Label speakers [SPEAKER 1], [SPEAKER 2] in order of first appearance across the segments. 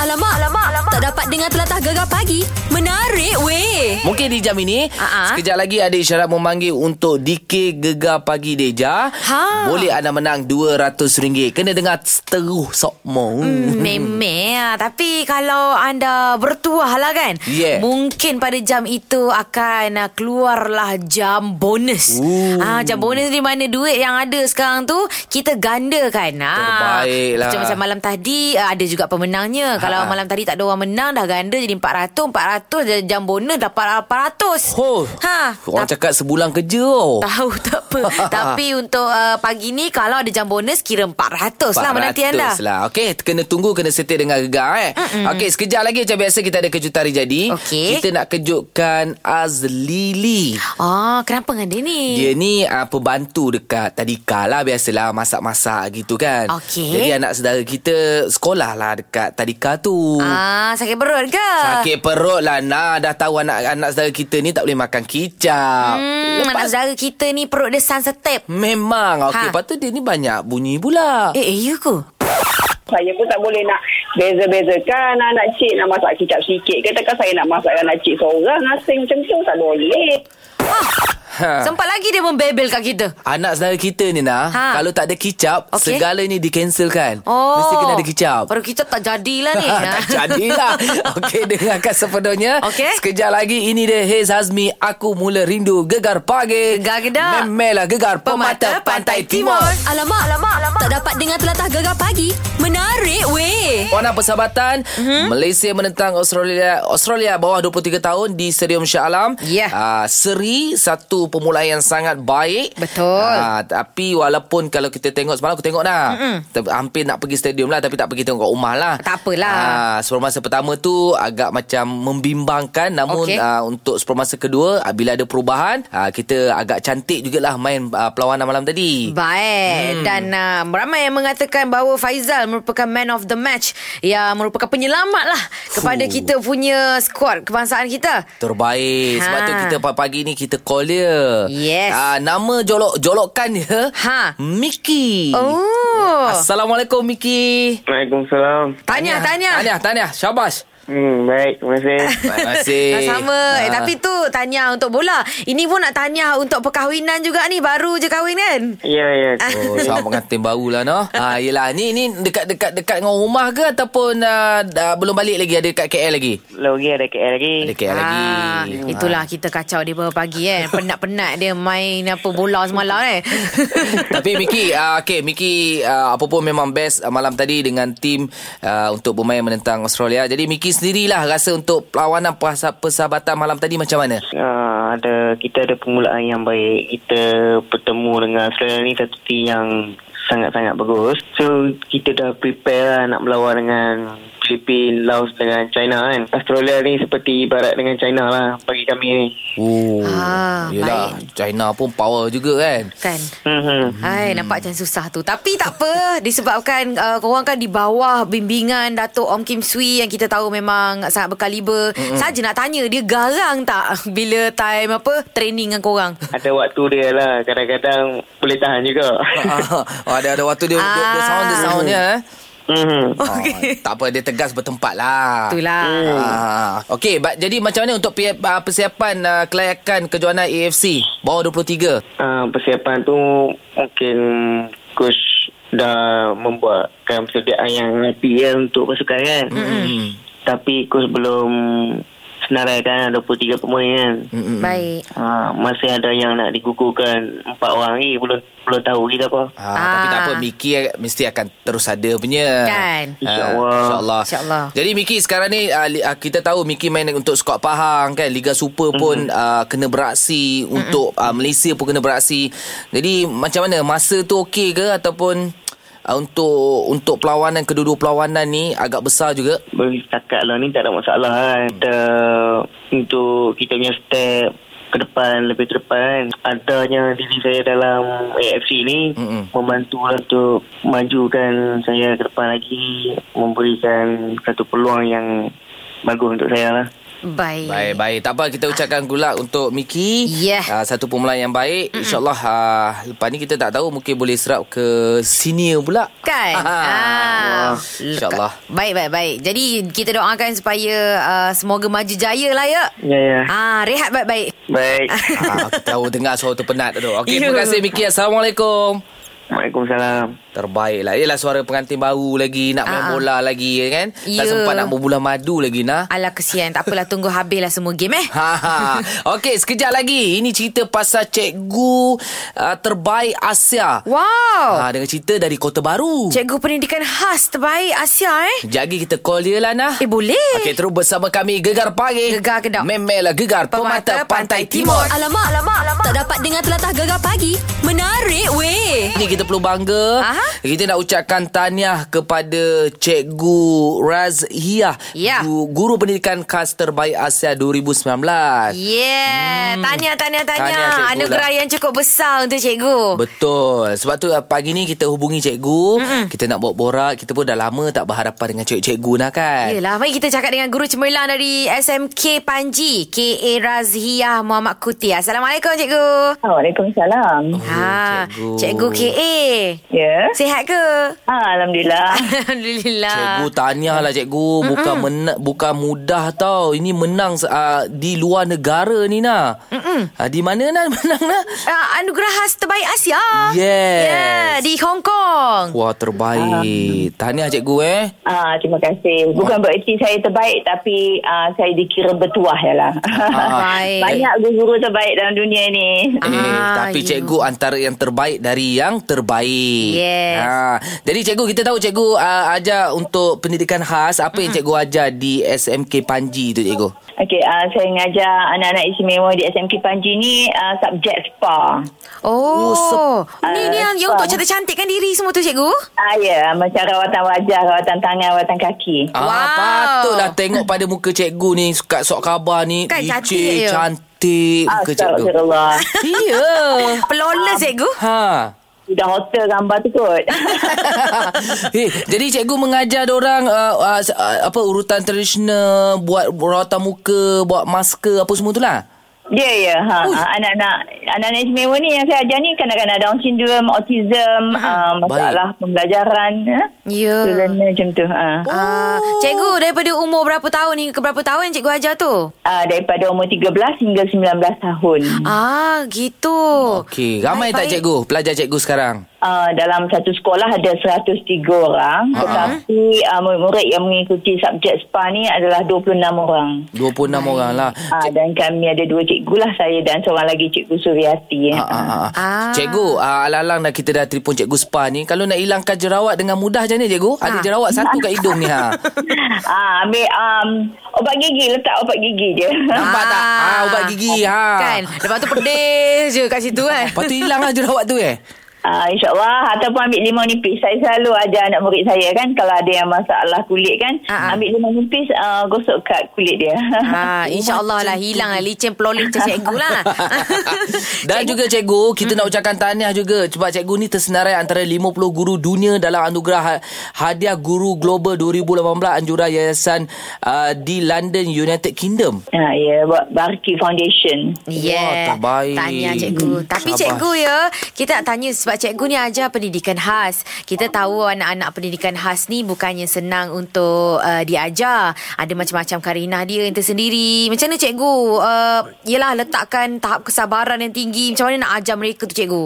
[SPEAKER 1] Alamak, alamak, alamak. Tak dapat dengar telatah gegar pagi. Menarik weh.
[SPEAKER 2] Mungkin di jam ini
[SPEAKER 1] Ah, ah.
[SPEAKER 2] Sekejap lagi ada isyarat memanggil Untuk DK Gegar Pagi Deja
[SPEAKER 1] Ha.
[SPEAKER 2] Boleh anda menang RM200 Kena dengar terus sokmong hmm.
[SPEAKER 3] Memeh lah. Tapi kalau anda bertuah lah kan
[SPEAKER 2] Yeah.
[SPEAKER 3] Mungkin pada jam itu akan ah, keluarlah jam bonus
[SPEAKER 2] Ooh.
[SPEAKER 3] ah, Jam bonus di mana duit yang ada sekarang tu Kita gandakan ah,
[SPEAKER 2] Terbaik lah.
[SPEAKER 3] Macam, macam malam tadi ah, ada juga pemenangnya Kalau
[SPEAKER 2] Ha.
[SPEAKER 3] malam tadi tak ada orang menang dah ganda jadi 400 400 dan jam bonus dapat 800
[SPEAKER 2] Oh,
[SPEAKER 3] ha,
[SPEAKER 2] Orang
[SPEAKER 3] tapi-
[SPEAKER 2] cakap sebulan kerja oh.
[SPEAKER 3] Tahu tak apa Tapi untuk uh, pagi ni Kalau ada jam bonus Kira 400, lah menanti anda
[SPEAKER 2] 400 lah Okey kena tunggu Kena setia dengan gegar eh Okey sekejap lagi Macam biasa kita ada kejutan hari jadi
[SPEAKER 3] Okey.
[SPEAKER 2] Kita nak kejutkan Azlili
[SPEAKER 3] Ah, kenapa dengan dia ni?
[SPEAKER 2] Dia ni uh, pembantu dekat Tadika lah biasalah masak-masak gitu kan.
[SPEAKER 3] Okey.
[SPEAKER 2] Jadi anak saudara kita sekolah lah dekat Tadika tu.
[SPEAKER 3] Ah, sakit perut ke?
[SPEAKER 2] Sakit perut lah Nah dah tahu anak-anak saudara kita ni tak boleh makan kicap.
[SPEAKER 3] Hmm, anak saudara kita ni perut dia sunsetep.
[SPEAKER 2] Memang. ah, Okey,
[SPEAKER 3] Ha.
[SPEAKER 2] lepas tu dia ni banyak bunyi pula.
[SPEAKER 3] Eh, eh, you ke?
[SPEAKER 4] Saya pun tak boleh nak beza-bezakan anak cik nak masak kicap sikit. ke takkan saya nak masak anak cik seorang asing macam tu tak boleh.
[SPEAKER 2] Ha.
[SPEAKER 3] Sempat lagi dia membebel kat kita.
[SPEAKER 2] Anak saudara kita ni nah,
[SPEAKER 3] Ha.
[SPEAKER 2] kalau tak ada kicap,
[SPEAKER 3] Okey.
[SPEAKER 2] segala ni dikanselkan.
[SPEAKER 3] Oh.
[SPEAKER 2] Mesti kena ada kicap.
[SPEAKER 3] Baru kita tak jadilah ni. Ah.
[SPEAKER 2] tak jadilah. Okey, dengarkan sepenuhnya.
[SPEAKER 3] ha. Okey.
[SPEAKER 2] Sekejap lagi, ini dia Hez Hazmi. Aku mula rindu gegar pagi.
[SPEAKER 3] Gegar gedak.
[SPEAKER 2] Memelah gegar pemata, pantai, timur.
[SPEAKER 1] Alamak, alamak, alamak. Tak dapat dengar telatah gegar pagi. Menarik
[SPEAKER 3] Eh?
[SPEAKER 1] weh.
[SPEAKER 2] Warna persahabatan
[SPEAKER 3] Mhm.
[SPEAKER 2] mm-hmm. Malaysia menentang Australia Australia bawah 23 tahun di Stadium Shah Alam.
[SPEAKER 3] Yeah.
[SPEAKER 2] Ah, seri satu permulaan yang sangat baik.
[SPEAKER 3] Betul.
[SPEAKER 2] Ah, tapi walaupun kalau kita tengok semalam aku tengok dah. Ter- hampir nak pergi stadium lah tapi tak pergi tengok kat rumah lah.
[SPEAKER 3] Tak apalah.
[SPEAKER 2] Ah, sebelum masa pertama tu agak macam membimbangkan namun
[SPEAKER 3] Okey.
[SPEAKER 2] ah, untuk sebelum masa kedua ah, bila ada perubahan ah, kita agak cantik jugalah main ah, perlawanan malam tadi.
[SPEAKER 3] Baik hmm. Dan uh, ramai yang mengatakan bahawa Faizal merupakan man of the match Yang merupakan penyelamat lah Kepada
[SPEAKER 2] Fuh.
[SPEAKER 3] kita punya skuad kebangsaan kita
[SPEAKER 2] Terbaik. Sebab
[SPEAKER 3] Ha.
[SPEAKER 2] tu kita pagi ni kita call dia.
[SPEAKER 3] Yes.
[SPEAKER 2] Ah, nama jolok jolokan dia.
[SPEAKER 3] Ha.
[SPEAKER 2] Miki.
[SPEAKER 3] Oh
[SPEAKER 2] Assalamualaikum Miki.
[SPEAKER 5] Waalaikumsalam.
[SPEAKER 3] Tahniah, tahniah
[SPEAKER 2] Tahniah, tahniah. Syabas.
[SPEAKER 5] Hmm, baik, terima kasih.
[SPEAKER 2] Terima kasih.
[SPEAKER 3] Sama eh,
[SPEAKER 2] Ah.
[SPEAKER 3] Tapi tu tahniah untuk bola Ini pun nak tahniah untuk perkahwinan juga ni Baru je kahwin kan
[SPEAKER 5] ya, ya.
[SPEAKER 2] Oh, sama pengantin baru lah no. Ha, yelah. Ni ni dekat dekat dekat dengan rumah ke ataupun uh, dah, belum balik lagi ada dekat KL lagi?
[SPEAKER 5] Lagi ada KL lagi.
[SPEAKER 2] Ada KL lagi.
[SPEAKER 3] Ah, Itulah kita kacau dia pagi kan Penat-penat dia main apa bola semalam kan
[SPEAKER 2] Tapi Miki, uh, okay, Miki uh, apa pun memang best uh, malam tadi dengan tim uh, untuk bermain menentang Australia. Jadi Miki sendirilah rasa untuk perlawanan persa- persahabatan malam tadi macam mana?
[SPEAKER 5] Ah, ada kita ada permulaan yang baik. Kita bertemu dengan Australia ni satu team yang sangat-sangat bagus. So kita dah prepare lah nak melawan dengan Filipin, Laos dengan China kan. Australia ni seperti ibarat dengan China lah bagi kami ni.
[SPEAKER 2] Oh,
[SPEAKER 3] Ah,
[SPEAKER 2] yelah, China pun power juga kan.
[SPEAKER 3] Kan
[SPEAKER 5] Hmm, hmm.
[SPEAKER 3] Hai, nampak macam susah tu. Tapi tak apa, disebabkan uh, korang kan di bawah bimbingan Datuk Om Kim Sui yang kita tahu memang sangat berkaliber.
[SPEAKER 2] Hmm.
[SPEAKER 3] Mm-hmm. Saja nak tanya, dia garang tak bila time apa training dengan korang?
[SPEAKER 5] Ada waktu dia lah. Kadang-kadang boleh tahan juga.
[SPEAKER 2] Ah, ada ada waktu dia, dia, dia
[SPEAKER 3] Ah.
[SPEAKER 2] sound dia sound dia. Eh.
[SPEAKER 5] Hmm.
[SPEAKER 2] Okay. tak apa, dia tegas bertempat lah.
[SPEAKER 3] Itulah.
[SPEAKER 2] Ah, okay, but, jadi macam mana untuk pi- ah, persiapan uh, kelayakan kejohanan AFC bawah 23?
[SPEAKER 5] Uh, persiapan tu mungkin coach dah membuatkan persediaan yang rapi ya untuk pasukan kan. Mm-hmm. Tapi coach belum senaraikan ada 23 pemain kan.
[SPEAKER 3] Mm.
[SPEAKER 5] Mm-hmm.
[SPEAKER 2] Hmm.
[SPEAKER 3] Baik.
[SPEAKER 5] Uh, masih ada yang nak digugurkan empat orang lagi belum belum tahu kita apa.
[SPEAKER 2] Ah, Tapi
[SPEAKER 3] Ah.
[SPEAKER 2] tak apa Miki mesti akan terus ada punya
[SPEAKER 3] Kan.
[SPEAKER 2] Ah,
[SPEAKER 5] InsyaAllah.
[SPEAKER 2] InsyaAllah
[SPEAKER 3] InsyaAllah.
[SPEAKER 2] Jadi Miki sekarang ni ah, li- ah, Kita tahu Miki main untuk skuad Pahang kan Liga Super pun ah, Kena beraksi
[SPEAKER 3] Mhm.
[SPEAKER 2] Untuk ah, Malaysia pun kena beraksi Jadi macam mana Masa tu okey ke Ataupun ah, Untuk Untuk perlawanan Kedua-dua perlawanan ni Agak besar juga
[SPEAKER 5] Bagi setakat lah ni tak ada masalah kan. Kita, untuk kita punya step ke depan, lebih ke depan adanya diri saya dalam AFC ni
[SPEAKER 2] Mm-mm.
[SPEAKER 5] mm membantu lah untuk majukan saya ke depan lagi memberikan satu peluang yang bagus untuk saya lah
[SPEAKER 3] Baik.
[SPEAKER 2] Baik, baik. Tak apa, kita ucapkan gula untuk Miki.
[SPEAKER 3] Yeah.
[SPEAKER 2] Uh, satu permulaan yang baik.
[SPEAKER 3] Mhm.
[SPEAKER 2] InsyaAllah uh, lepas ni kita tak tahu mungkin boleh serap ke senior pula.
[SPEAKER 3] Kan?
[SPEAKER 2] Ah.
[SPEAKER 3] Ah.
[SPEAKER 2] InsyaAllah.
[SPEAKER 3] Baik, baik, baik. Jadi kita doakan supaya uh, semoga maju jaya lah ya.
[SPEAKER 5] Ya, ya.
[SPEAKER 2] Eh?
[SPEAKER 3] Ah, rehat baik-baik.
[SPEAKER 5] Baik.
[SPEAKER 2] ah, aku tahu dengar suara tu penat tu. Okey,
[SPEAKER 3] Ya.
[SPEAKER 2] terima kasih Miki. Assalamualaikum.
[SPEAKER 5] Waalaikumsalam.
[SPEAKER 2] Terbaiklah. Ialah suara pengantin baru lagi, nak main
[SPEAKER 3] Ah, ah.
[SPEAKER 2] bola lagi ya kan. Tak
[SPEAKER 3] Ya.
[SPEAKER 2] sempat nak berbulan madu lagi nah.
[SPEAKER 3] Alah kesian. Tak apalah tunggu habislah semua game eh.
[SPEAKER 2] Ha ha. Okey, sekejap lagi. Ini cerita pasal cikgu uh, terbaik Asia.
[SPEAKER 3] Wow.
[SPEAKER 2] Ha, dengan cerita dari Kota Baru. Cik-
[SPEAKER 3] Cikgu pendidikan khas terbaik Asia eh.
[SPEAKER 2] Sekejap lagi kita call dia lah nah.
[SPEAKER 3] Eh boleh.
[SPEAKER 2] Okey, terus bersama kami Gegar Pagi.
[SPEAKER 3] Gegar Kedah.
[SPEAKER 2] Memelah Gegar Pemata, Pantai, Timur. Timur.
[SPEAKER 1] Alamak, alamak, alamak. Tak dapat dengar telatah gegar pagi. Menarik weh.
[SPEAKER 2] Ni kita perlu bangga.
[SPEAKER 3] Aha.
[SPEAKER 2] Kita nak ucapkan tahniah kepada Cikgu Razhiah,
[SPEAKER 3] Ya.
[SPEAKER 2] guru, guru pendidikan khas terbaik Asia 2019.
[SPEAKER 3] Yeah. Tahniah, tahniah,
[SPEAKER 2] Hmm. Tahniah,
[SPEAKER 3] tahniah.
[SPEAKER 2] cikgu lah.
[SPEAKER 3] Anugerah yang cukup besar untuk cikgu.
[SPEAKER 2] Betul. Sebab tu uh, pagi ni kita hubungi cikgu, mm kita nak buat borak, kita pun dah lama tak berhadapan dengan cikgu-cikgu dah kan.
[SPEAKER 3] Yelah, mari kita cakap dengan guru cemerlang dari SMK Panji, K.A. Razhiah Muhammad Kutia. Assalamualaikum, cikgu.
[SPEAKER 4] Ah, Waalaikumsalam.
[SPEAKER 3] Ha,
[SPEAKER 2] cikgu.
[SPEAKER 3] cikgu KA.
[SPEAKER 4] Ya.
[SPEAKER 3] Sihat ke?
[SPEAKER 4] Ah, Alhamdulillah.
[SPEAKER 3] Alhamdulillah.
[SPEAKER 2] Cikgu tahniah lah cikgu Bukan men- bukan mudah tau Ini menang uh, di luar negara ni nah uh, Di mana nah menang nah
[SPEAKER 3] Uh, anugerah khas terbaik Asia.
[SPEAKER 2] Yes.
[SPEAKER 3] Yeah, di Hong Kong.
[SPEAKER 2] Wah terbaik Tahniah cikgu eh
[SPEAKER 4] Ah, terima kasih. Bukan bererti saya terbaik tapi ah, saya dikira bertuah ya lah.
[SPEAKER 3] Baik.
[SPEAKER 4] Banyak guru-guru terbaik dalam dunia ni.
[SPEAKER 2] Eh,
[SPEAKER 3] Ah,
[SPEAKER 2] tapi
[SPEAKER 3] you.
[SPEAKER 2] cikgu antara yang terbaik dari yang terbaik.
[SPEAKER 3] Yes.
[SPEAKER 2] Ha, jadi cikgu kita tahu cikgu uh, ajar untuk pendidikan khas apa yang cikgu ajar di SMK Panji tu cikgu.
[SPEAKER 4] Okey, ah, saya ngajar anak-anak istimewa di SMK Panji ni ah, subjek spa.
[SPEAKER 3] Oh, ni
[SPEAKER 4] eh,
[SPEAKER 3] ni yang, yang untuk cantik-cantikkan diri semua tu cikgu.
[SPEAKER 4] Ah, ya, macam rawatan wajah, rawatan tangan, rawatan kaki.
[SPEAKER 2] Ah,
[SPEAKER 3] Wow.
[SPEAKER 2] patutlah tengok pada muka cikgu ni suka sok khabar ni
[SPEAKER 3] Kan
[SPEAKER 2] licin,
[SPEAKER 3] cantik je.
[SPEAKER 2] cantik muka cikgu.
[SPEAKER 4] Ah, Astagfirullah.
[SPEAKER 2] Ya.
[SPEAKER 3] Peloleh cikgu.
[SPEAKER 2] Ha.
[SPEAKER 4] Sudah hotel gambar tu kot.
[SPEAKER 2] eh, jadi cikgu mengajar orang uh, uh, s- uh, apa urutan tradisional, buat rawatan muka, buat masker apa semua tu lah.
[SPEAKER 4] Ya, ya. Ha. Ah, Anak-anak anak-anak istimewa ni yang saya ajar ni kadang-kadang Down syndrome, autism, ah, masalah pembelajaran. Ya.
[SPEAKER 3] Ya.
[SPEAKER 4] Learner macam tu. Ah.
[SPEAKER 3] Ah,
[SPEAKER 2] Oh.
[SPEAKER 3] cikgu daripada umur berapa tahun hingga ke berapa tahun cikgu ajar tu?
[SPEAKER 4] Ah, daripada umur 13 hingga 19 tahun.
[SPEAKER 3] Ah, gitu.
[SPEAKER 2] Hmm. Okey, ramai tak
[SPEAKER 3] Baik-baik.
[SPEAKER 2] cikgu, pelajar cikgu sekarang?
[SPEAKER 4] Uh, dalam satu sekolah ada 103 orang uh-huh. tetapi uh, murid yang mengikuti subjek SPA ni adalah 26 orang.
[SPEAKER 2] 26 orang lah.
[SPEAKER 4] Uh, dan kami ada dua cikgu lah saya dan seorang lagi cikgu Suriati.
[SPEAKER 2] Ah, ah, ah.
[SPEAKER 3] Ah.
[SPEAKER 2] Cikgu, ah, alang-alang dah kita dah telefon cikgu spa ni. Kalau nak hilangkan jerawat dengan mudah macam ni cikgu? Ada
[SPEAKER 3] Ah.
[SPEAKER 2] jerawat satu kat hidung ni ha.
[SPEAKER 4] Ah, ambil um, obat gigi letak obat gigi je.
[SPEAKER 2] Nampak tak? Ah, ubat gigi ha.
[SPEAKER 3] Kan? Lepas tu pedih je kat situ kan.
[SPEAKER 2] Lepas tu hilang lah jerawat tu eh.
[SPEAKER 4] Ah, InsyaAllah Ataupun ambil limau nipis Saya selalu ajar anak murid saya kan Kalau ada yang masalah kulit kan
[SPEAKER 3] Ah, ah.
[SPEAKER 4] Ambil limau nipis uh, Gosok kat kulit dia
[SPEAKER 3] Ha,
[SPEAKER 2] Ah.
[SPEAKER 3] insyaAllah lah hilang lah licin pelolit macam cikgu lah.
[SPEAKER 2] Dan cikgu. juga cikgu, kita nak ucapkan tahniah juga sebab cikgu ni tersenarai antara 50 guru dunia dalam anugerah ha- hadiah guru global 2018 anjura yayasan uh, di London United Kingdom.
[SPEAKER 4] ah, Ya buat Barki Foundation
[SPEAKER 2] Wah,
[SPEAKER 3] Yeah.
[SPEAKER 2] terbaik. Hmm,
[SPEAKER 3] Tanya cikgu. Tapi
[SPEAKER 2] Syabas.
[SPEAKER 3] cikgu ya, kita nak tanya sebab cikgu ni ajar pendidikan khas. Kita tahu anak-anak pendidikan khas ni bukannya senang untuk uh, diajar. Ada macam-macam karinah dia yang tersendiri. Macam mana cikgu? Uh, yelah letakkan tahap kesabaran yang tinggi. Macam mana nak ajar mereka tu cikgu?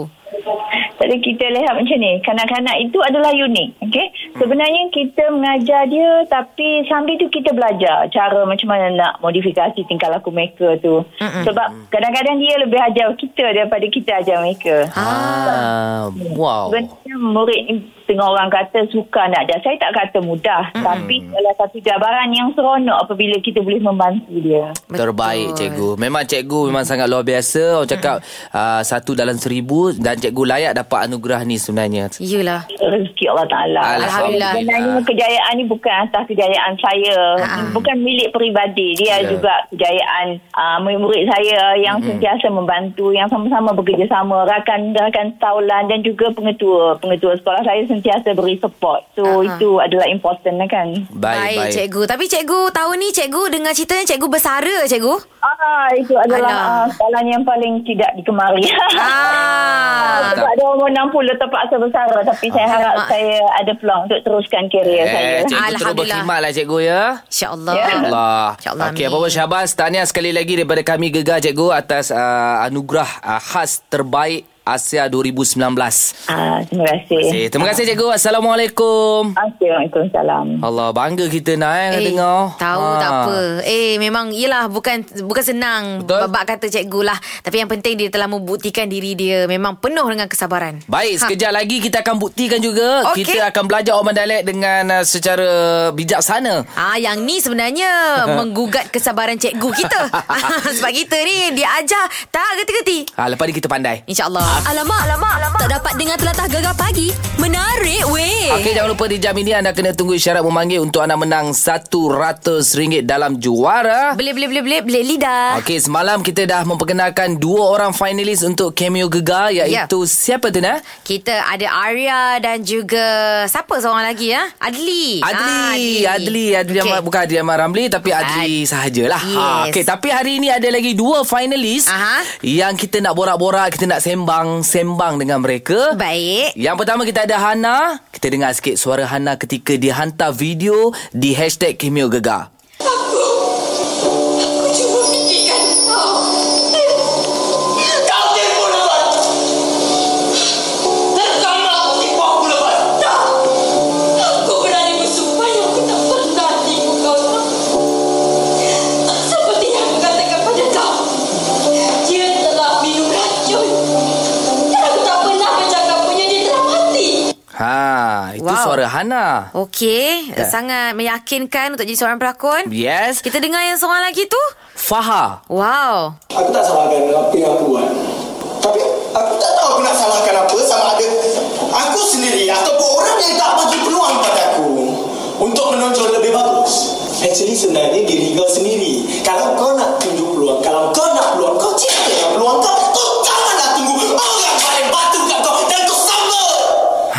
[SPEAKER 4] Jadi kita lihat macam ni, kanak-kanak itu adalah unik, okey? Sebenarnya kita mengajar dia tapi sambil tu kita belajar cara macam mana nak modifikasi tingkah laku mereka tu. Mm-mm. Sebab kadang-kadang dia lebih ajar kita daripada kita ajar mereka. Ha.
[SPEAKER 2] Ah, wow.
[SPEAKER 4] Sebenarnya murid ni tengah orang kata suka nak ajar. Saya tak kata mudah, mm tapi adalah satu cabaran yang seronok apabila kita boleh membantu dia.
[SPEAKER 2] Terbaik cikgu Memang cikgu memang sangat luar biasa Orang cakap uh, Satu dalam seribu Dan cikgu layak dapat anugerah ni sebenarnya
[SPEAKER 3] Yelah.
[SPEAKER 4] rezeki Allah Ta'ala.
[SPEAKER 2] Alhamdulillah.
[SPEAKER 4] Sebenarnya kejayaan ni bukan atas kejayaan saya. Bukan milik peribadi. Dia
[SPEAKER 2] Ah. Ya.
[SPEAKER 4] juga kejayaan uh, murid-murid saya yang sentiasa membantu, yang sama-sama bekerjasama, rakan-rakan taulan dan juga pengetua. Pengetua sekolah saya sen- sentiasa beri support. So
[SPEAKER 3] Ah, ah.
[SPEAKER 4] uh-huh. itu adalah important lah kan.
[SPEAKER 2] Baik, baik.
[SPEAKER 3] cikgu. Tapi cikgu, tahun ni cikgu dengan ceritanya cikgu bersara, cikgu.
[SPEAKER 4] Ah itu
[SPEAKER 3] Alah.
[SPEAKER 4] adalah uh, soalan yang paling tidak digemari.
[SPEAKER 2] Ya.
[SPEAKER 3] Ah.
[SPEAKER 4] Sebab ada umur 60 terpaksa bersara tapi saya harap
[SPEAKER 3] Alamak.
[SPEAKER 4] saya ada peluang untuk teruskan
[SPEAKER 2] Ah. Eh,
[SPEAKER 4] kerjaya saya.
[SPEAKER 2] cikgu terus
[SPEAKER 3] Alhamdulillah.
[SPEAKER 2] berkhidmat lah cikgu ya.
[SPEAKER 3] InsyaAllah.
[SPEAKER 4] Ya.
[SPEAKER 2] Allah.
[SPEAKER 3] InsyaAllah,
[SPEAKER 2] Okey,
[SPEAKER 3] amin.
[SPEAKER 2] apa-apa Syabas. Tahniah sekali lagi daripada kami Gegar Cikgu atas uh, anugerah uh, khas terbaik Asia 2019.
[SPEAKER 4] Ah, terima kasih.
[SPEAKER 2] Eh, terima kasih cikgu. Assalamualaikum.
[SPEAKER 3] Eh.
[SPEAKER 4] Okey, Waalaikumsalam.
[SPEAKER 2] Allah, bangga kita nak eh, eh dengar.
[SPEAKER 3] Tahu
[SPEAKER 2] Ha.
[SPEAKER 3] tak apa Eh memang Yelah bukan Bukan senang
[SPEAKER 2] Betul.
[SPEAKER 3] Babak kata cikgu lah Tapi yang penting Dia telah membuktikan diri dia Memang penuh dengan kesabaran
[SPEAKER 2] Baik,
[SPEAKER 3] Ha.
[SPEAKER 2] sekejap lagi kita akan buktikan juga.
[SPEAKER 3] Okey.
[SPEAKER 2] Kita akan belajar Oman Dialek dengan uh, secara bijaksana.
[SPEAKER 3] Ah, yang ni sebenarnya menggugat kesabaran cikgu kita. Sebab kita ni diajar tak geti-geti.
[SPEAKER 2] Ha, lepas ni kita pandai.
[SPEAKER 3] InsyaAllah.
[SPEAKER 1] Alamak, alamak, alamak. Tak dapat dengar telatah gegar pagi. Menarik weh.
[SPEAKER 2] Okey, jangan lupa di jam ini anda kena tunggu isyarat memanggil untuk anda menang RM100 dalam juara.
[SPEAKER 3] Belit, belit, belit, belit, belit lidah.
[SPEAKER 2] Okey, semalam kita dah memperkenalkan dua orang finalis untuk cameo gegar iaitu
[SPEAKER 3] Ya.
[SPEAKER 2] siapa tu nah?
[SPEAKER 3] Kita ada Arya dan juga siapa seorang lagi ya? Adli. Ah,
[SPEAKER 2] Adli, Adli, Adli
[SPEAKER 3] Okey.
[SPEAKER 2] Ahmad, bukan Adli Ahmad Ramli tapi Adli sahajalah. Ha,
[SPEAKER 3] Yes.
[SPEAKER 2] Okey, tapi hari ini ada lagi dua finalis
[SPEAKER 3] Aha.
[SPEAKER 2] yang kita nak borak-borak, kita nak sembang-sembang dengan mereka.
[SPEAKER 3] Baik.
[SPEAKER 2] Yang pertama kita ada Hana. Kita dengar sikit suara Hana ketika dia hantar video di hashtag cameo gegar.
[SPEAKER 6] Aku Aku cuma fikirkan kau Kau tipu lepas Terkam aku tipu aku lepas Tak Aku berani bersumpah yang aku tak pernah tipu kau Seperti yang aku katakan pada kau Dia telah minum racun Dan aku tak pernah bercakap punya dia telah mati
[SPEAKER 2] Ha, itu
[SPEAKER 3] Wow.
[SPEAKER 2] suara Hana.
[SPEAKER 3] Okey,
[SPEAKER 2] Ya.
[SPEAKER 3] sangat meyakinkan untuk jadi seorang pelakon.
[SPEAKER 2] Yes,
[SPEAKER 3] Kita dengar yang seorang lagi tu.
[SPEAKER 2] Faha.
[SPEAKER 3] Wow.
[SPEAKER 7] Aku tak salahkan apa yang aku buat Tapi aku tak tahu aku nak salahkan apa Sama ada aku sendiri Ataupun orang yang tak bagi peluang pada aku Untuk menonjol lebih bagus Actually sebenarnya diri kau sendiri Kalau kau nak tunjuk peluang Kalau kau nak peluang Kau ciptakan peluang kau Kau janganlah tunggu Orang paling batu kat kau Dan kau sambut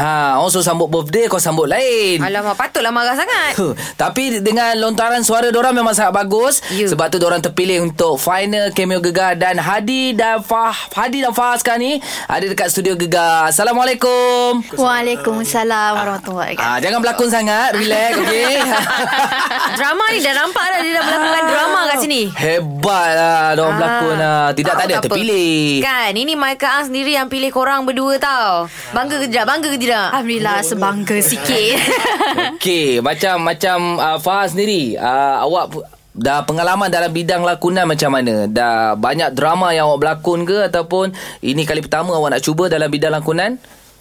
[SPEAKER 2] Ha, orang suruh sambut birthday kau sambut lain.
[SPEAKER 3] Alamak, patutlah marah sangat.
[SPEAKER 2] Huh, Tapi dengan lontaran suara diorang memang sangat bagus
[SPEAKER 3] You.
[SPEAKER 2] Sebab tu diorang terpilih untuk final cameo Gegar Dan Hadi dan Fah Hadi dan Fah sekarang ni Ada dekat studio Gegar Assalamualaikum
[SPEAKER 8] Waalaikumsalam warahmatullahi wabarakatuh.
[SPEAKER 2] ah, Jangan berlakon sangat Relax okay
[SPEAKER 3] drama ni dah nampak dah dia dah melakukan drama kat sini.
[SPEAKER 2] Oh.
[SPEAKER 3] Ah.
[SPEAKER 2] Hebat lah Diorang Ah. berlakon lah Tidak tak ada yang
[SPEAKER 3] apa.
[SPEAKER 2] terpilih
[SPEAKER 3] Kan ini Maika Ang sendiri Yang pilih korang berdua tau Bangga ke tidak Bangga ke tidak
[SPEAKER 8] Alhamdulillah sebangga sikit.
[SPEAKER 2] Okey, macam macam uh, Farah sendiri, uh, awak pu- dah pengalaman dalam bidang lakonan macam mana? Dah banyak drama yang awak berlakon ke ataupun ini kali pertama awak nak cuba dalam bidang lakonan?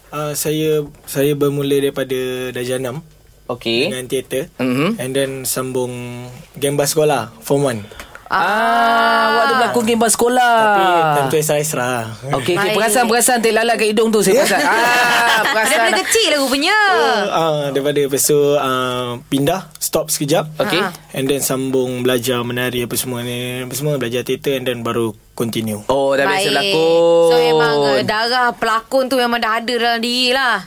[SPEAKER 9] Uh, saya saya bermula daripada darjah 6
[SPEAKER 2] Okey.
[SPEAKER 9] dengan teater
[SPEAKER 2] Mhm.
[SPEAKER 9] and then sambung gambar sekolah form 1.
[SPEAKER 2] Ah, awak tu berlakon gambar sekolah.
[SPEAKER 9] Tapi time tu Esra-Esra lah.
[SPEAKER 2] Okey,
[SPEAKER 3] Ah.
[SPEAKER 2] okey,
[SPEAKER 3] Baik.
[SPEAKER 2] perasan-perasan teh lalat kat hidung tu saya perasan. ah, perasan.
[SPEAKER 3] Daripada kecil lah rupanya
[SPEAKER 9] Uh, daripada lepas tu uh, pindah stop sekejap.
[SPEAKER 2] Okey.
[SPEAKER 9] And then sambung belajar menari apa semua ni. Apa semua belajar teater and then baru continue.
[SPEAKER 2] Oh, dah biasa berlakon.
[SPEAKER 3] So memang eh, Darah pelakon tu Memang dah ada dalam diri lah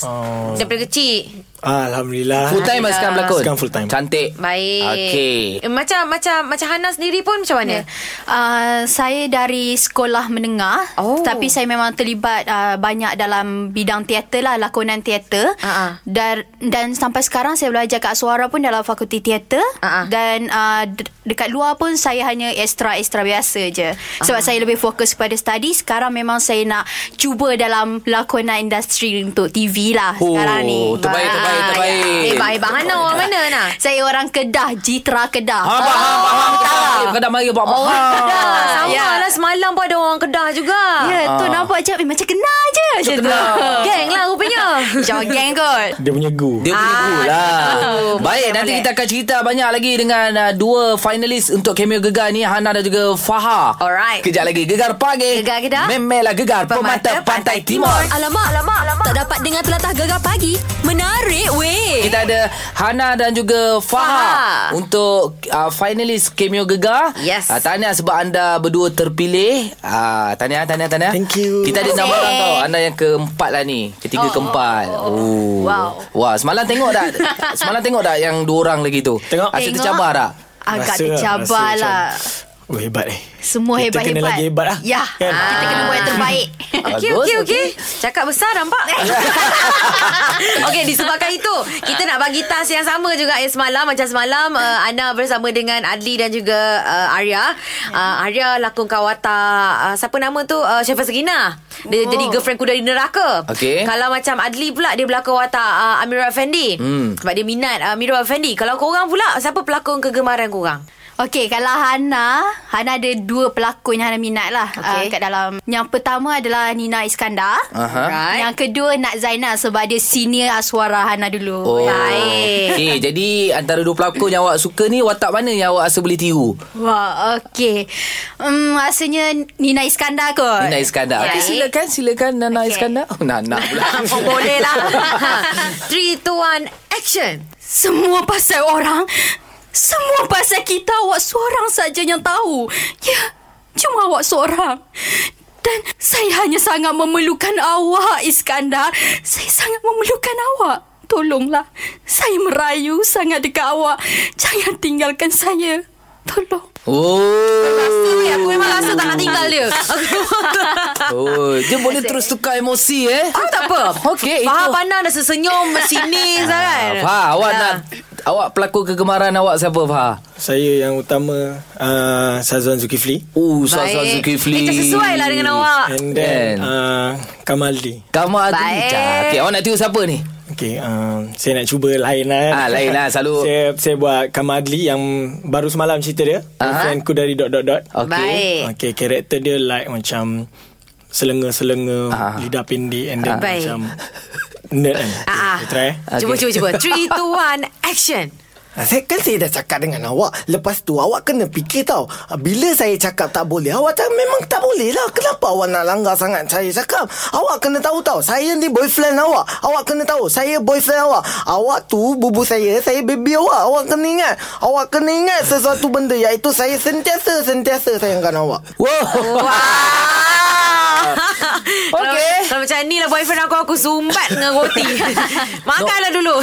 [SPEAKER 9] Uh,
[SPEAKER 3] Daripada kecil
[SPEAKER 9] Ah, Alhamdulillah.
[SPEAKER 2] Full time lah sekarang berlakon?
[SPEAKER 9] Sekarang full time.
[SPEAKER 2] Cantik.
[SPEAKER 3] Baik
[SPEAKER 2] Okey.
[SPEAKER 3] Eh, Macam Macam macam Hana sendiri pun Macam mana
[SPEAKER 8] uh, saya dari sekolah menengah
[SPEAKER 3] Oh.
[SPEAKER 8] tapi saya memang terlibat uh, banyak dalam bidang teater lah, lakonan teater.
[SPEAKER 3] Ah, ah.
[SPEAKER 8] Dan dan sampai sekarang saya belajar kat Suara pun dalam fakulti teater
[SPEAKER 3] Ah, ah.
[SPEAKER 8] dan uh, de- dekat luar pun saya hanya extra-extra biasa je. Sebab saya lebih fokus kepada study, sekarang memang saya nak cuba dalam lakonan industri untuk TV lah
[SPEAKER 2] Oh,
[SPEAKER 8] sekarang ni.
[SPEAKER 2] terbaik,
[SPEAKER 8] Ba-
[SPEAKER 2] terbaik,
[SPEAKER 8] Ah, ya.
[SPEAKER 2] terbaik.
[SPEAKER 3] Hebat hebat Eh, Hana orang mana Hana
[SPEAKER 8] Saya orang Kedah, Jitra Kedah.
[SPEAKER 2] Ha, faham, faham, faham. Kau dah mari buat faham.
[SPEAKER 3] Ah, Sama
[SPEAKER 8] ya.
[SPEAKER 3] lah Semalam pun ada orang Kedah juga
[SPEAKER 8] Ya, tu
[SPEAKER 2] Ah.
[SPEAKER 8] nampak je eh, macam kenal je macam tu.
[SPEAKER 3] Geng lah rupanya
[SPEAKER 8] Jogging kot.
[SPEAKER 9] Dia punya gu.
[SPEAKER 2] Dia
[SPEAKER 3] Ah,
[SPEAKER 2] punya guru lah Baik
[SPEAKER 3] Boleh,
[SPEAKER 2] nanti
[SPEAKER 3] boleh.
[SPEAKER 2] kita akan cerita banyak lagi Dengan uh, dua finalis Untuk cameo Gegar ni Hana dan juga Faha
[SPEAKER 3] Alright.
[SPEAKER 2] Kejap lagi Gegar pagi
[SPEAKER 3] Gegar kita.
[SPEAKER 2] Memelah Gegar Pemata, Pantai, Timur
[SPEAKER 1] Alamak, alamak, alamak. Tak dapat dengar telatah gegar pagi. Menarik Menarik weh.
[SPEAKER 2] Kita ada Hana dan juga Faha
[SPEAKER 3] Faha.
[SPEAKER 2] untuk uh, finalis cameo gegar.
[SPEAKER 3] Yes.
[SPEAKER 2] Uh, tahniah sebab anda berdua terpilih. Ah uh, tahniah tahniah tahniah.
[SPEAKER 9] Thank you.
[SPEAKER 2] Kita ada enam
[SPEAKER 8] Terima
[SPEAKER 2] orang
[SPEAKER 8] kasih.
[SPEAKER 2] tau. Anda yang keempat lah ni. Ketiga oh, keempat. Oh. oh.
[SPEAKER 8] Wow.
[SPEAKER 2] Wah, semalam tengok dah. semalam tengok dah yang dua orang lagi tu.
[SPEAKER 9] Tengok.
[SPEAKER 2] Asyik
[SPEAKER 8] Tengok.
[SPEAKER 2] tercabar tak?
[SPEAKER 8] Agak
[SPEAKER 9] Rasa lah,
[SPEAKER 8] tercabar
[SPEAKER 9] rasa
[SPEAKER 8] lah.
[SPEAKER 9] macam, Oh hebat eh
[SPEAKER 8] Semua
[SPEAKER 9] Kita
[SPEAKER 8] hebat-hebat.
[SPEAKER 9] kena lagi hebat lah
[SPEAKER 8] Ya.
[SPEAKER 9] Kan?
[SPEAKER 8] Kita kena buat yang terbaik.
[SPEAKER 3] Okey,
[SPEAKER 2] Bagus,
[SPEAKER 3] okey,
[SPEAKER 2] okey.
[SPEAKER 3] okey. Cakap besar nampak? okey, disebabkan itu, kita nak bagi tas yang sama juga yang semalam. Macam semalam, uh, Ana bersama dengan Adli dan juga uh, Arya.
[SPEAKER 8] Ya.
[SPEAKER 3] Uh, Arya lakon kawata, uh, siapa nama tu? Uh, Syafa Segina. Dia
[SPEAKER 8] Oh.
[SPEAKER 3] jadi girlfriend kuda di neraka.
[SPEAKER 2] Okey.
[SPEAKER 3] Kalau macam Adli pula, dia berlakon watak uh, Amira Effendi.
[SPEAKER 2] Hmm.
[SPEAKER 3] Sebab dia minat uh, Amira Effendi. Kalau korang pula, siapa pelakon kegemaran korang?
[SPEAKER 8] Okey, kalau Hana, Hana ada dua pelakon yang Hana minat lah okay. uh,
[SPEAKER 3] Okey.
[SPEAKER 8] kat dalam. Yang pertama adalah Nina Iskandar.
[SPEAKER 2] Aha.
[SPEAKER 3] Alright.
[SPEAKER 8] Yang kedua Nat Zainal sebab dia senior suara Hana dulu.
[SPEAKER 3] Baik.
[SPEAKER 2] Okay, Oh. jadi antara dua pelakon yang awak suka ni watak mana yang awak rasa boleh tiru?
[SPEAKER 8] Wah, okey. Hmm, rasanya Nina Iskandar kot.
[SPEAKER 2] Nina Iskandar.
[SPEAKER 3] Baik.
[SPEAKER 2] Okay, silakan silakan Nana
[SPEAKER 8] Okey.
[SPEAKER 2] Iskandar. Oh, Nana pula.
[SPEAKER 3] Oh, boleh lah. 3, 2, 1, action.
[SPEAKER 8] Semua pasal orang. Semua pasal kita awak seorang saja yang tahu. Ya, cuma awak seorang. Dan saya hanya sangat memerlukan awak, Iskandar. Saya sangat memerlukan awak. Tolonglah. Saya merayu sangat dekat awak. Jangan tinggalkan saya. Tolong.
[SPEAKER 2] Oh.
[SPEAKER 3] Rasa weh, aku memang rasa tak nak tinggal dia.
[SPEAKER 2] Oh, dia boleh terus tukar emosi eh.
[SPEAKER 3] Aku tak apa.
[SPEAKER 2] Okey,
[SPEAKER 3] Faham
[SPEAKER 2] itu.
[SPEAKER 3] pandang dah sesenyum sinis lah kan.
[SPEAKER 2] Ah, Fah, awak nak awak pelakon kegemaran awak siapa Fah?
[SPEAKER 9] Saya yang utama uh, Sazwan Zulkifli
[SPEAKER 2] Oh,
[SPEAKER 3] Baik.
[SPEAKER 2] Sazwan Zulkifli.
[SPEAKER 3] Itu sesuai lah dengan awak.
[SPEAKER 9] And
[SPEAKER 2] Kan.
[SPEAKER 9] then uh, Kamaldi
[SPEAKER 2] Kamal Adli.
[SPEAKER 3] Baik.
[SPEAKER 2] Okey, awak nak tiru siapa ni?
[SPEAKER 9] Okay, um, saya nak cuba lain lah kan.
[SPEAKER 2] Ah, lain lah, selalu.
[SPEAKER 9] saya, saya buat Kamadli yang baru semalam cerita dia.
[SPEAKER 2] Aha.
[SPEAKER 9] Uh-huh. Friendku dari dot dot dot.
[SPEAKER 2] Okey.
[SPEAKER 3] Baik.
[SPEAKER 9] Okay, karakter dia like macam selenga-selenga,
[SPEAKER 2] Ah.
[SPEAKER 9] lidah pendek and
[SPEAKER 3] Ah.
[SPEAKER 9] then
[SPEAKER 3] Baik.
[SPEAKER 9] macam nerd kan.
[SPEAKER 3] Ah, ah.
[SPEAKER 9] Kita try eh.
[SPEAKER 3] Cuba,
[SPEAKER 2] Okey.
[SPEAKER 3] cuba, cuba. 3, 2, 1, action.
[SPEAKER 10] Saya kan saya dah cakap dengan awak Lepas tu awak kena fikir tau Ah, Bila saya cakap tak boleh Awak cakap memang tak boleh lah Kenapa awak nak langgar sangat saya cakap Awak kena tahu tau Saya ni boyfriend awak Awak kena tahu Saya boyfriend awak Awak tu bubu saya Saya baby awak Awak kena ingat Awak kena ingat sesuatu benda Iaitu saya sentiasa Sentiasa sayangkan awak
[SPEAKER 2] Wow.
[SPEAKER 3] Oh, ah. Wah.
[SPEAKER 2] Okey.
[SPEAKER 3] Kalau, kalau macam ni lah boyfriend aku, aku sumbat dengan roti. Makanlah dulu.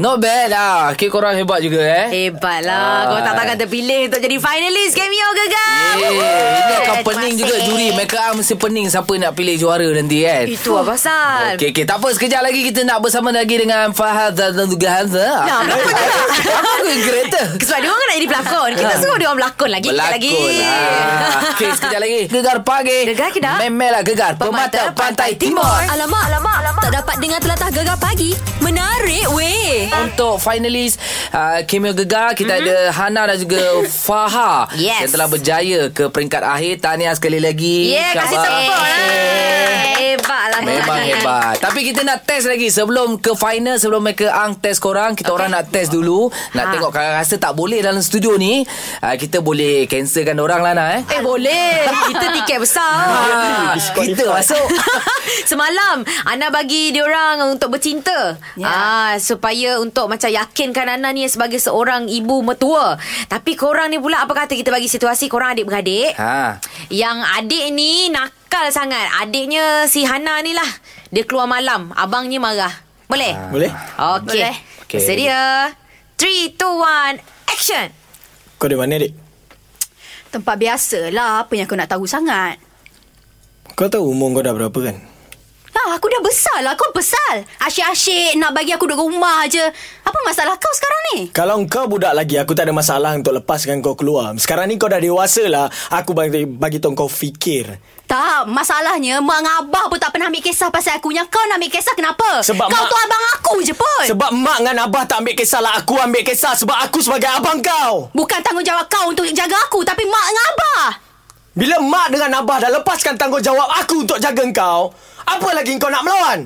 [SPEAKER 2] Not bad lah. Okay, korang hebat juga eh.
[SPEAKER 3] Hebatlah. Kau tak takkan terpilih untuk jadi finalis cameo gegar.
[SPEAKER 2] Eh, ini akan
[SPEAKER 8] Terima
[SPEAKER 2] pening juga
[SPEAKER 8] kasih.
[SPEAKER 2] juri Make up mesti pening Siapa nak pilih juara nanti kan
[SPEAKER 3] Itu lah pasal.
[SPEAKER 2] Okey, okay. tak apa. Sekejap lagi kita nak bersama lagi dengan Fahad dan juga Hanza.
[SPEAKER 3] Nah, kenapa tak?
[SPEAKER 2] Apa aku yang kereta?
[SPEAKER 3] Sebab dia orang nak jadi pelakon. Kita suruh dia orang berlakon lagi. Berlakon lagi.
[SPEAKER 2] Kan. lah. Okey, sekejap lagi. Gegar pagi.
[SPEAKER 3] Gegar ke tak?
[SPEAKER 2] Memelah gegar. Pemata, Pantai, Timur.
[SPEAKER 1] Alamak, alamak, alamak. Tak dapat dengar telatah gegar pagi. Menarik weh.
[SPEAKER 2] Untuk finalis uh, Cameo Gegar Kita mm-hmm. ada Hana dan juga Faha
[SPEAKER 3] Yes.
[SPEAKER 2] Yang telah berjaya ke peringkat akhir Tahniah sekali lagi
[SPEAKER 3] Yeah, Ya, kasih
[SPEAKER 2] Syabas.
[SPEAKER 3] support lah. Hebat lah.
[SPEAKER 2] Memang hebat Tapi kita nak test lagi Sebelum ke final Sebelum mereka ang test korang Kita okay. orang nak test dulu Nak ha.
[SPEAKER 3] Ha.
[SPEAKER 2] tengok kalau rasa tak boleh dalam studio ni uh, Kita boleh cancelkan orang lah nak eh
[SPEAKER 3] Eh boleh. Kita tiket besar.
[SPEAKER 2] ha. Kita masuk
[SPEAKER 3] Semalam Ana bagi diorang untuk bercinta
[SPEAKER 1] Ya.
[SPEAKER 3] yeah. ah, Supaya untuk macam yakinkan Ana ni Sebagai seorang ibu mertua Tapi korang ni pula Apa kata kita bagi situasi Korang adik-beradik
[SPEAKER 2] ha.
[SPEAKER 3] Yang adik ni nakal sangat. Adiknya si Hana ni lah. Dia keluar malam. Abangnya marah. Boleh?
[SPEAKER 9] Boleh?
[SPEAKER 3] Okey.
[SPEAKER 8] Boleh.
[SPEAKER 2] Ah. Okey.
[SPEAKER 3] Okay. Sedia. 3, 2, 1, action.
[SPEAKER 9] Kau dari mana dek?
[SPEAKER 8] Tempat biasa lah. Apa yang kau nak tahu sangat?
[SPEAKER 9] Kau tahu umur kau dah berapa kan?
[SPEAKER 8] Lah, aku dah besar lah. Kau besar. Asyik-asyik nak bagi aku duduk rumah je. Apa masalah kau sekarang ni?
[SPEAKER 9] Kalau kau budak lagi Aku tak ada masalah Untuk lepaskan kau keluar Sekarang ni kau dah dewasa lah Aku bagi, bagi tahu kau fikir
[SPEAKER 8] Tak, masalahnya mak dengan abah pun tak pernah ambil kisah pasal aku. Yang kau nak ambil kisah kenapa?
[SPEAKER 9] Sebab
[SPEAKER 8] kau
[SPEAKER 9] mak-
[SPEAKER 8] tu abang aku je pun.
[SPEAKER 9] Sebab mak dengan abah tak ambil kisah lah Aku ambil kisah Sebab aku sebagai abang kau
[SPEAKER 8] Bukan tanggungjawab kau untuk jaga aku, tapi mak dengan abah.
[SPEAKER 9] Bila mak dengan abah dah lepaskan tanggungjawab aku untuk jaga kau, apa lagi kau nak melawan?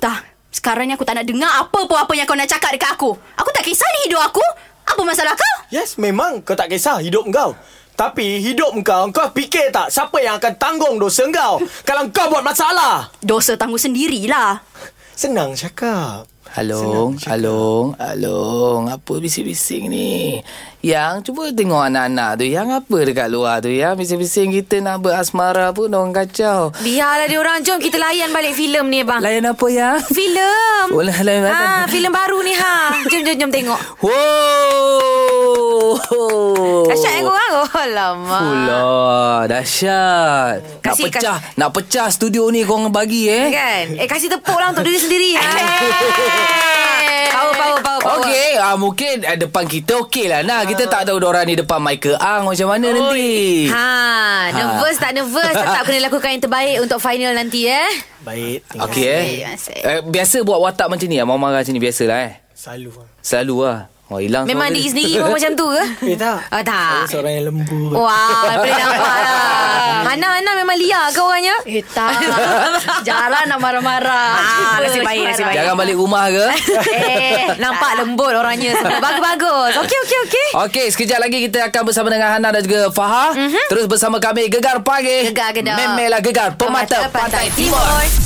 [SPEAKER 8] Tak, sekarang ni aku tak nak dengar apa pun apa yang kau nak cakap dekat aku. Aku tak kisah ni hidup aku. Apa masalah kau?
[SPEAKER 9] Yes, memang kau tak kisah hidup kau. Tapi hidup kau, kau fikir tak siapa yang akan tanggung dosa kau kalau kau buat masalah?
[SPEAKER 8] Dosa tangguh sendirilah.
[SPEAKER 9] Senang cakap.
[SPEAKER 2] Along, Along, Along. Apa bising-bising ni? Yang cuba tengok anak-anak tu. Yang apa dekat luar tu ya? Bising-bising kita nak berasmara pun orang kacau.
[SPEAKER 3] Biarlah dia orang Jom kita layan balik filem ni bang
[SPEAKER 2] Layan apa ya?
[SPEAKER 3] Filem
[SPEAKER 2] Oh, layan- layan apa?
[SPEAKER 3] ha, Filem baru ni ha. Jom jom jom tengok
[SPEAKER 2] Wow!
[SPEAKER 3] Asyik yang korang Oh lama
[SPEAKER 2] Pula dahsyat. Nak
[SPEAKER 3] Kasih-
[SPEAKER 2] pecah, nak pecah studio ni korang bagi eh.
[SPEAKER 3] Kan Eh kasih tepuk lah Untuk diri sendiri Hai. Power power power, power.
[SPEAKER 2] Okey, ah, mungkin ah, depan kita okey lah. Nah, kita tak tahu orang ni depan Michael Ang macam mana Oi. nanti.
[SPEAKER 3] Oh. Ha, nervous tak nervous Tetap kena lakukan yang terbaik Untuk final nanti eh
[SPEAKER 9] Baik. Tengok.
[SPEAKER 2] Okey eh.
[SPEAKER 8] Asyik, asyik.
[SPEAKER 2] eh. Biasa buat watak macam ni ah. Mau marah macam ni biasa lah eh.
[SPEAKER 9] Selalu.
[SPEAKER 2] Selalu lah. Wah, hilang
[SPEAKER 3] Memang diri
[SPEAKER 2] semua tadi.
[SPEAKER 3] sendiri pun macam tu ke?
[SPEAKER 9] Eh tak.
[SPEAKER 3] Oh,
[SPEAKER 9] Saya
[SPEAKER 3] tak
[SPEAKER 9] seorang yang lembut.
[SPEAKER 3] Wah, boleh nampak lah Hana-Hana memang liar ke orangnya?
[SPEAKER 8] Eh tak Jarang nak marah-marah
[SPEAKER 3] Ah, nasib baik, nasib baik.
[SPEAKER 2] Jangan balik rumah ke?
[SPEAKER 3] Eh, nampak lembut orangnya semua. Bagus-bagus. Okey, okey, okey.
[SPEAKER 2] Okey, sekejap lagi kita akan bersama dengan Hana dan juga Faha. Mm-hmm. Terus bersama kami Gegar
[SPEAKER 3] Mhm.
[SPEAKER 2] Pagi.
[SPEAKER 3] Gegar Gedak.
[SPEAKER 2] Memelah lah Gegar Pemata, Pantai, Timur.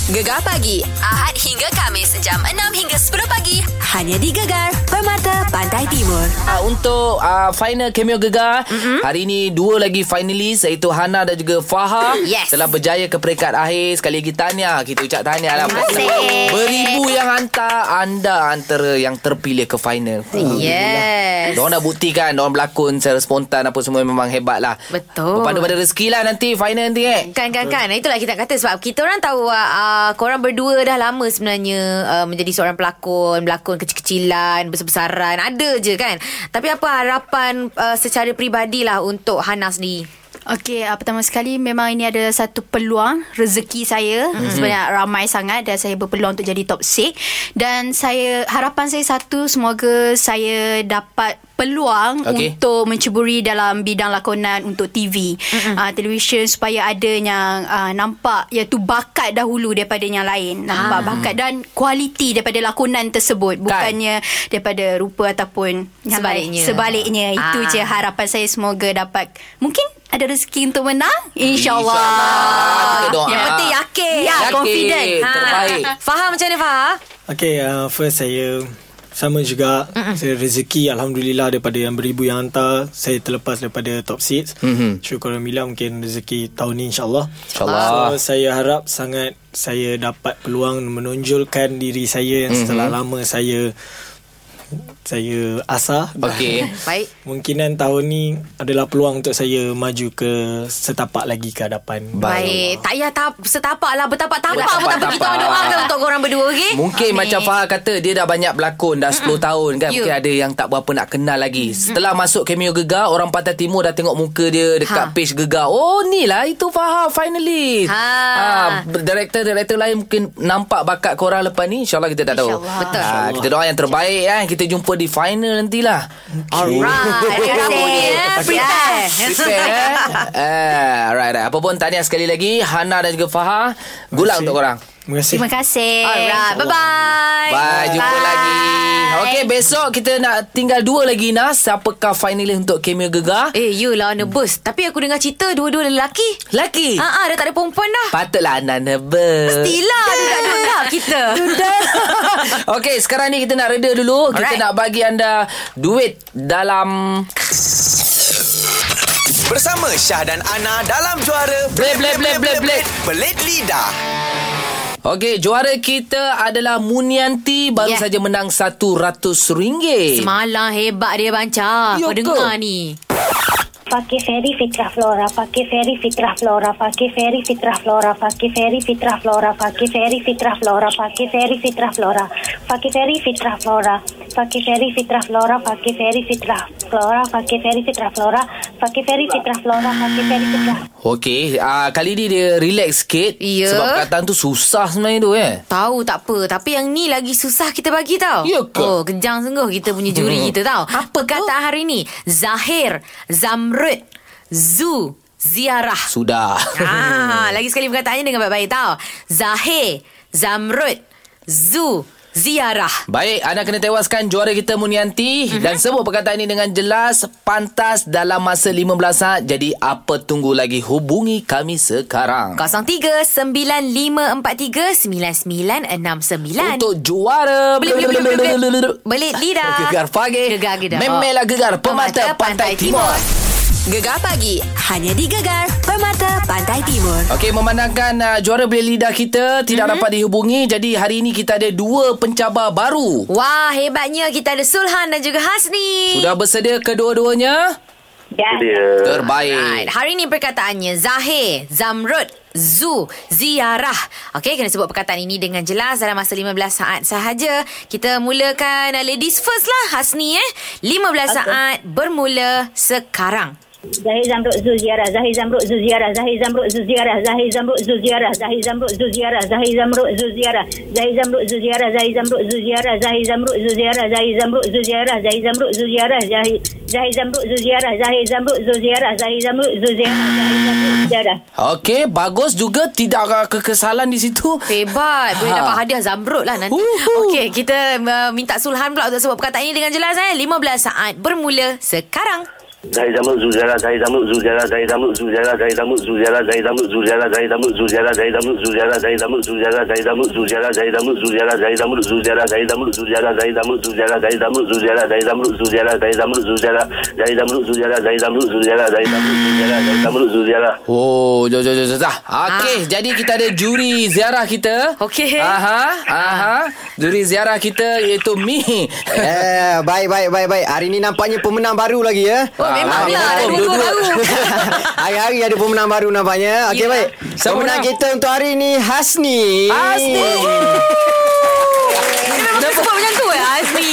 [SPEAKER 1] Gegar pagi Ahad hingga Kamis Jam 6 hingga 10 pagi Hanya di Gegar Permata Pantai Timur
[SPEAKER 2] Uh, untuk uh, final cameo gegar
[SPEAKER 3] Mhm.
[SPEAKER 2] mm-hmm. Hari ini dua lagi finalis Iaitu Hana dan juga Faha
[SPEAKER 3] Yes.
[SPEAKER 2] Telah berjaya ke peringkat akhir Sekali lagi tahniah Kita ucap tahniah lah
[SPEAKER 3] Terima kasih.
[SPEAKER 2] Beribu yang hantar Anda antara yang terpilih ke final
[SPEAKER 3] Yes.
[SPEAKER 2] Diorang dah buktikan Diorang berlakon secara spontan Apa semua memang hebat lah
[SPEAKER 3] Betul.
[SPEAKER 2] Berpandu pada rezeki lah nanti Final nanti eh
[SPEAKER 3] Kan kan kan Itulah kita kata Sebab kita orang tahu uh, Korang berdua dah lama sebenarnya uh, Menjadi seorang pelakon Berlakon kecil-kecilan Besar-besaran Ada je kan Tapi apa harapan uh, Secara peribadilah Untuk Hana sendiri
[SPEAKER 8] Okey, uh, pertama sekali memang ini ada satu peluang rezeki saya mm-hmm. sebenarnya ramai sangat dan saya berpeluang untuk jadi top 6 dan saya harapan saya satu semoga saya dapat peluang
[SPEAKER 2] Okey.
[SPEAKER 8] untuk menceburi dalam bidang lakonan untuk TV, mm-hmm. uh, televisyen supaya ada yang uh, nampak iaitu bakat dahulu daripada yang lain, nampak ah. bakat dan kualiti daripada lakonan tersebut bukannya daripada rupa ataupun yang lain.
[SPEAKER 3] Sebaliknya.
[SPEAKER 8] Sebaliknya itu
[SPEAKER 3] Ah.
[SPEAKER 8] je harapan saya semoga dapat mungkin ada rezeki untuk menang insyaallah
[SPEAKER 2] InsyaAllah. Kita doa.
[SPEAKER 3] Yang penting yakin
[SPEAKER 8] Ya,
[SPEAKER 2] Yakin.
[SPEAKER 8] confident.
[SPEAKER 2] Ha. Terbaik.
[SPEAKER 3] Faham macam mana Faham?
[SPEAKER 9] Okay, uh, first saya sama juga Mm-mm. saya rezeki alhamdulillah daripada yang beribu yang hantar saya terlepas daripada top seats mm-hmm. syukur alhamdulillah mungkin rezeki tahun ni insyaallah
[SPEAKER 2] InsyaAllah.
[SPEAKER 9] so saya harap sangat saya dapat peluang menonjolkan diri saya yang mm-hmm. setelah lama saya saya asah
[SPEAKER 2] Okey
[SPEAKER 3] Baik
[SPEAKER 9] Mungkinan tahun ni adalah peluang untuk saya maju ke setapak lagi ke hadapan.
[SPEAKER 3] Baik. Tak payah tap, setapak lah. Bertapak-tapak pun tak apa. Kita orang
[SPEAKER 2] Bertapak-tapak.
[SPEAKER 3] doakan untuk korang berdua, okey?
[SPEAKER 2] Mungkin Amin. macam Farah kata Dia dah banyak berlakon Dah 10 tahun kan
[SPEAKER 3] You.
[SPEAKER 2] Mungkin ada yang tak berapa nak kenal lagi Setelah masuk cameo Gegar Orang Pantai Timur dah tengok muka dia
[SPEAKER 3] Ha.
[SPEAKER 2] Dekat page Gegar Oh ni lah itu Farah finally Ah,
[SPEAKER 3] Ha.
[SPEAKER 2] Director-director lain mungkin Nampak bakat korang lepas ni InsyaAllah kita tak tahu
[SPEAKER 8] InsyaAllah.
[SPEAKER 3] Betul.
[SPEAKER 2] Ah, Kita doa yang terbaik kan Kita jumpa di final nantilah
[SPEAKER 3] Alright. Terima kasih. Prepare.
[SPEAKER 2] Prepare eh? eh, Alright alright. Apa pun tahniah sekali lagi Hana dan juga Farah Good luck untuk korang
[SPEAKER 9] Terima kasih.
[SPEAKER 8] terima kasih
[SPEAKER 3] Alright. Bye-bye.
[SPEAKER 2] Bye, jumpa lagi. Okey, besok kita nak tinggal dua lagi Nas. Siapakah finalis untuk cameo gegar?
[SPEAKER 3] Eh, you lah nervous. Tapi aku dengar cerita dua-dua lelaki.
[SPEAKER 2] Laki.
[SPEAKER 3] Ah, ah, dah tak ada perempuan dah.
[SPEAKER 2] Patutlah Anan nervous.
[SPEAKER 3] Pastilah
[SPEAKER 2] lah
[SPEAKER 3] duduk-duduk kita.
[SPEAKER 2] Okey, sekarang ni kita nak reda dulu. Kita
[SPEAKER 3] Alright.
[SPEAKER 2] nak bagi anda duit dalam
[SPEAKER 11] Bersama Syah dan Ana dalam juara
[SPEAKER 2] Blek, blek, blek, blek, blek.
[SPEAKER 11] Belit Lidah.
[SPEAKER 2] Okey, juara kita adalah Munianti baru
[SPEAKER 3] Yeah.
[SPEAKER 2] saja menang RM100.
[SPEAKER 3] Semalam hebat dia bancar. Kau
[SPEAKER 2] Yo Ya ke?
[SPEAKER 3] dengar ni.
[SPEAKER 6] Pakai fairy fitrah flora, pakai fairy fitrah flora, pakai fairy fitrah flora, pakai fairy fitrah flora, pakai fairy fitrah flora, pakai fairy fitrah flora, pakai fairy fitrah flora, pakai fairy fitrah flora, pakai fairy fitrah flora, pakai fairy fitrah flora, pakai fairy fitrah flora, pakai fairy fitrah.
[SPEAKER 2] Okey, uh, kali ni dia relax sikit
[SPEAKER 3] Ya.
[SPEAKER 2] sebab perkataan tu susah sebenarnya tu eh.
[SPEAKER 3] Tahu tak apa Tapi yang ni lagi susah kita bagi tau
[SPEAKER 2] Ya ke? Hmm.
[SPEAKER 3] Oh kejang sungguh kita punya juri kita tau Apa perkataan hari ni Zahir Zamrud Zu Ziarah Ha,
[SPEAKER 2] Sudah.
[SPEAKER 3] Ah, lagi sekali perkataannya dengan baik-baik tau Zahir Zamrud Zu ziarah.
[SPEAKER 2] Baik, anda kena tewaskan juara kita Munianti mm-hmm. dan sebut perkataan ini dengan jelas, pantas dalam masa 15 saat. Jadi apa tunggu lagi? Hubungi kami sekarang.
[SPEAKER 3] Kan? 03-9543-9969.
[SPEAKER 2] Untuk juara
[SPEAKER 3] Belit, belit, belit, belit, belit. Belit lidah.
[SPEAKER 2] Gegar pagi.
[SPEAKER 3] Gegar gegar. Oh.
[SPEAKER 2] Memelah gegar pemata pantai timur.
[SPEAKER 1] Gegar pagi hanya di Gegar Permata Pantai Timur.
[SPEAKER 2] Okey, memandangkan uh, juara belia lidah kita tidak mm-hmm. dapat dihubungi. Jadi hari ini kita ada dua pencabar baru.
[SPEAKER 3] Wah, hebatnya kita ada Sulhan dan juga Hasni.
[SPEAKER 2] Sudah bersedia kedua-duanya?
[SPEAKER 4] Dan
[SPEAKER 2] Terbaik.
[SPEAKER 3] Alright. Hari ni perkataannya Zahir, Zamrud, Zu, Ziarah. Okey, kena sebut perkataan ini dengan jelas dalam masa 15 saat sahaja. Kita mulakan uh, ladies first lah Hasni eh. 15 okay. saat bermula sekarang.
[SPEAKER 6] Zahir Zamrud Zuziara Zahir Zamrud Zuziara Zahir Zamrud Zuziara Zahir Zamrud Zuziara Zahir Zamrud Zuziara Zahir Zamrud Zuziara Zahir Zamrud Zuziara Zahir Zamrud Zuziara Zahir Zamrud Zuziara Zahir Zamrud Zuziara Zahir Zamrud Zuziara Zahir Zahir Zamrud Zuziara Zahir Zamrud Zuziara Zahir Zamrud Zuziara Zahir Zamrud Zuziara
[SPEAKER 2] Okey, bagus juga tidak ada kekesalan di situ.
[SPEAKER 3] Hebat. Boleh ha.
[SPEAKER 2] Ha.
[SPEAKER 3] dapat hadiah zamrud lah nanti.
[SPEAKER 2] Uhuh.
[SPEAKER 3] Okey, kita uh, minta Sulhan pula untuk sebut perkataan ini dengan jelas eh. 15 saat bermula sekarang.
[SPEAKER 5] Zahir Zamrud Zuzara Zahir Zamrud Zuzara Zahir Zamrud Zuzara Zahir Zamrud Zuzara Zahir Zamrud Zuzara Zahir Zamrud Zuzara Zahir Zamrud Zuzara Zahir Zamrud Zuzara Zahir Zamrud Zuzara Zahir Zamrud Zuzara Zahir Zamrud Zuzara Zahir Zamrud Zuzara Zahir Zamrud Zuzara Zahir Zamrud Zuzara Zahir Zamrud Zuzara Zahir Zamrud Zuzara Zahir Zamrud Zuzara Zahir Zamrud Zuzara Zahir Zamrud Zuzara Zahir Zamrud Zuzara
[SPEAKER 2] Oh, jom, jom, jom, jom. Zah. Okey, jadi kita ada juri ziarah kita.
[SPEAKER 3] Ah. Okey.
[SPEAKER 2] Aha, aha. Juri ziarah kita iaitu Mi.
[SPEAKER 10] Eh, baik, baik, baik, baik. Hari ni nampaknya pemenang baru lagi ya. Ah.
[SPEAKER 3] Oh, memanglah.
[SPEAKER 2] memang.
[SPEAKER 3] Ada dua
[SPEAKER 2] Ah, Dua-dua.
[SPEAKER 3] baru.
[SPEAKER 10] Hari-hari ada pemenang baru nampaknya. Okey,
[SPEAKER 3] Ya.
[SPEAKER 10] baik.
[SPEAKER 2] Siapa
[SPEAKER 10] Pemenang
[SPEAKER 2] menang?
[SPEAKER 10] kita untuk hari ni Hasni.
[SPEAKER 2] Hasni.
[SPEAKER 3] Dia memang kena sebut macam tu eh Azmi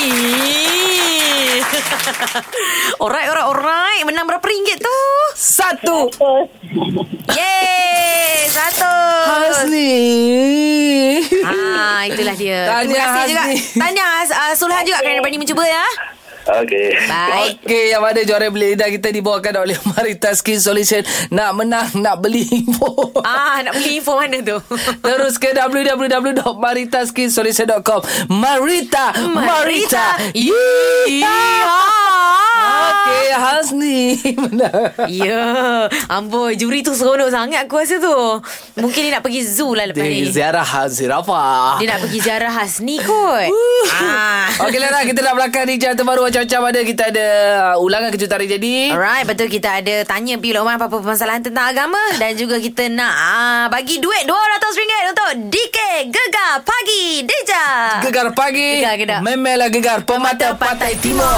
[SPEAKER 3] Alright, alright, alright Menang berapa ringgit tu?
[SPEAKER 2] Satu.
[SPEAKER 3] Yeay, satu
[SPEAKER 2] Hasni.
[SPEAKER 3] Ah, itulah dia
[SPEAKER 2] Tahniah,
[SPEAKER 3] Terima kasih juga
[SPEAKER 2] Hasni.
[SPEAKER 3] Tahniah uh, Sulhan juga kerana berani mencuba ya
[SPEAKER 5] Okey
[SPEAKER 3] Baik
[SPEAKER 2] Okey, yang mana juara beli lidah kita dibawakan oleh Marita Skin Solution. Nak menang, nak beli info.
[SPEAKER 3] Ah, nak beli info mana tu?
[SPEAKER 2] Terus ke www.maritaskinsolution.com Marita, Marita, Marita. Okey, Hasni menang.
[SPEAKER 3] Ya yeah. Amboi Juri tu seronok sangat Aku rasa tu Mungkin dia nak pergi zoo lah lepas
[SPEAKER 2] Dia
[SPEAKER 3] ni
[SPEAKER 2] ziarah Hazirafah.
[SPEAKER 3] Dia nak pergi ziarah Hasni kot ah.
[SPEAKER 2] Okey Lara, kita nak belakang ni jam terbaru macam-macam ada. Kita ada uh, ulangan kejutan hari jadi.
[SPEAKER 3] Alright, betul kita ada tanya P. Lokman apa-apa permasalahan tentang agama dan juga kita nak uh, bagi duit RM200 untuk DK Gegar Pagi Deja.
[SPEAKER 2] Gegar pagi.
[SPEAKER 3] Gegar, gegar.
[SPEAKER 2] Memelah gegar pemata pantai timur.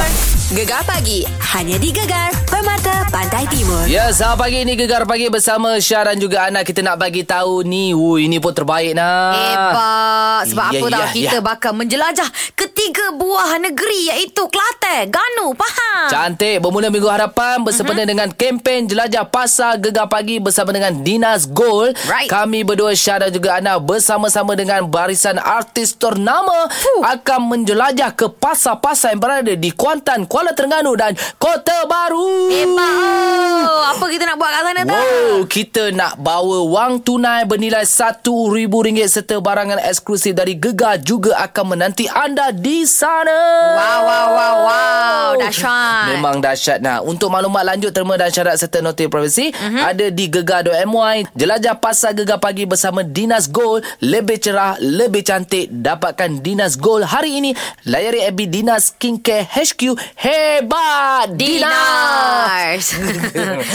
[SPEAKER 1] Gegar pagi hanya di Gegar Permata Pantai Timur.
[SPEAKER 2] Ya, selamat pagi ni Gegar Pagi bersama Syah dan juga Ana. Kita nak bagi tahu ni, wuh, ini pun terbaik nak.
[SPEAKER 3] Hebat Sebab
[SPEAKER 2] Ya,
[SPEAKER 3] apa
[SPEAKER 2] ya,
[SPEAKER 3] tau
[SPEAKER 2] ya.
[SPEAKER 3] Kita bakal menjelajah Ketiga buah negeri Iaitu Kelantan Ganu Pahang
[SPEAKER 2] Cantik Bermula minggu harapan
[SPEAKER 3] Mhm.
[SPEAKER 2] Bersempena mm-hmm. dengan kempen Jelajah Pasar Gegar Pagi Bersama dengan Dinas Gold
[SPEAKER 3] Right.
[SPEAKER 2] Kami berdua Syah dan juga Ana Bersama-sama dengan barisan artis ternama Akan menjelajah ke pasar-pasar Yang berada di Kuantan Kuala Terengganu Dan Kota Baru
[SPEAKER 3] Hebat oh. Apa kita nak buat kat sana tau
[SPEAKER 2] Wow, kita nak bawa wang tunai bernilai RM1,000 serta barangan eksklusif dari Gegar juga akan menanti anda di sana.
[SPEAKER 3] Wow, wow, wow, wow. Dahsyat.
[SPEAKER 2] Memang dahsyat. Nah, untuk maklumat lanjut terma dan syarat serta noti profesi uh-huh. ada di gegar.my. Jelajah pasar Gegar pagi bersama Dinas Gold. Lebih cerah, lebih cantik. Dapatkan Dinas Gold hari ini. Layari FB Dinas Skincare HQ. Hebat!
[SPEAKER 3] Dinars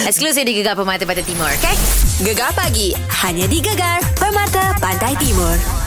[SPEAKER 3] Eksklusif di Gegar Permata Pantai Timur Okay
[SPEAKER 1] Gegar pagi hanya di Gegar Permata Pantai Timur.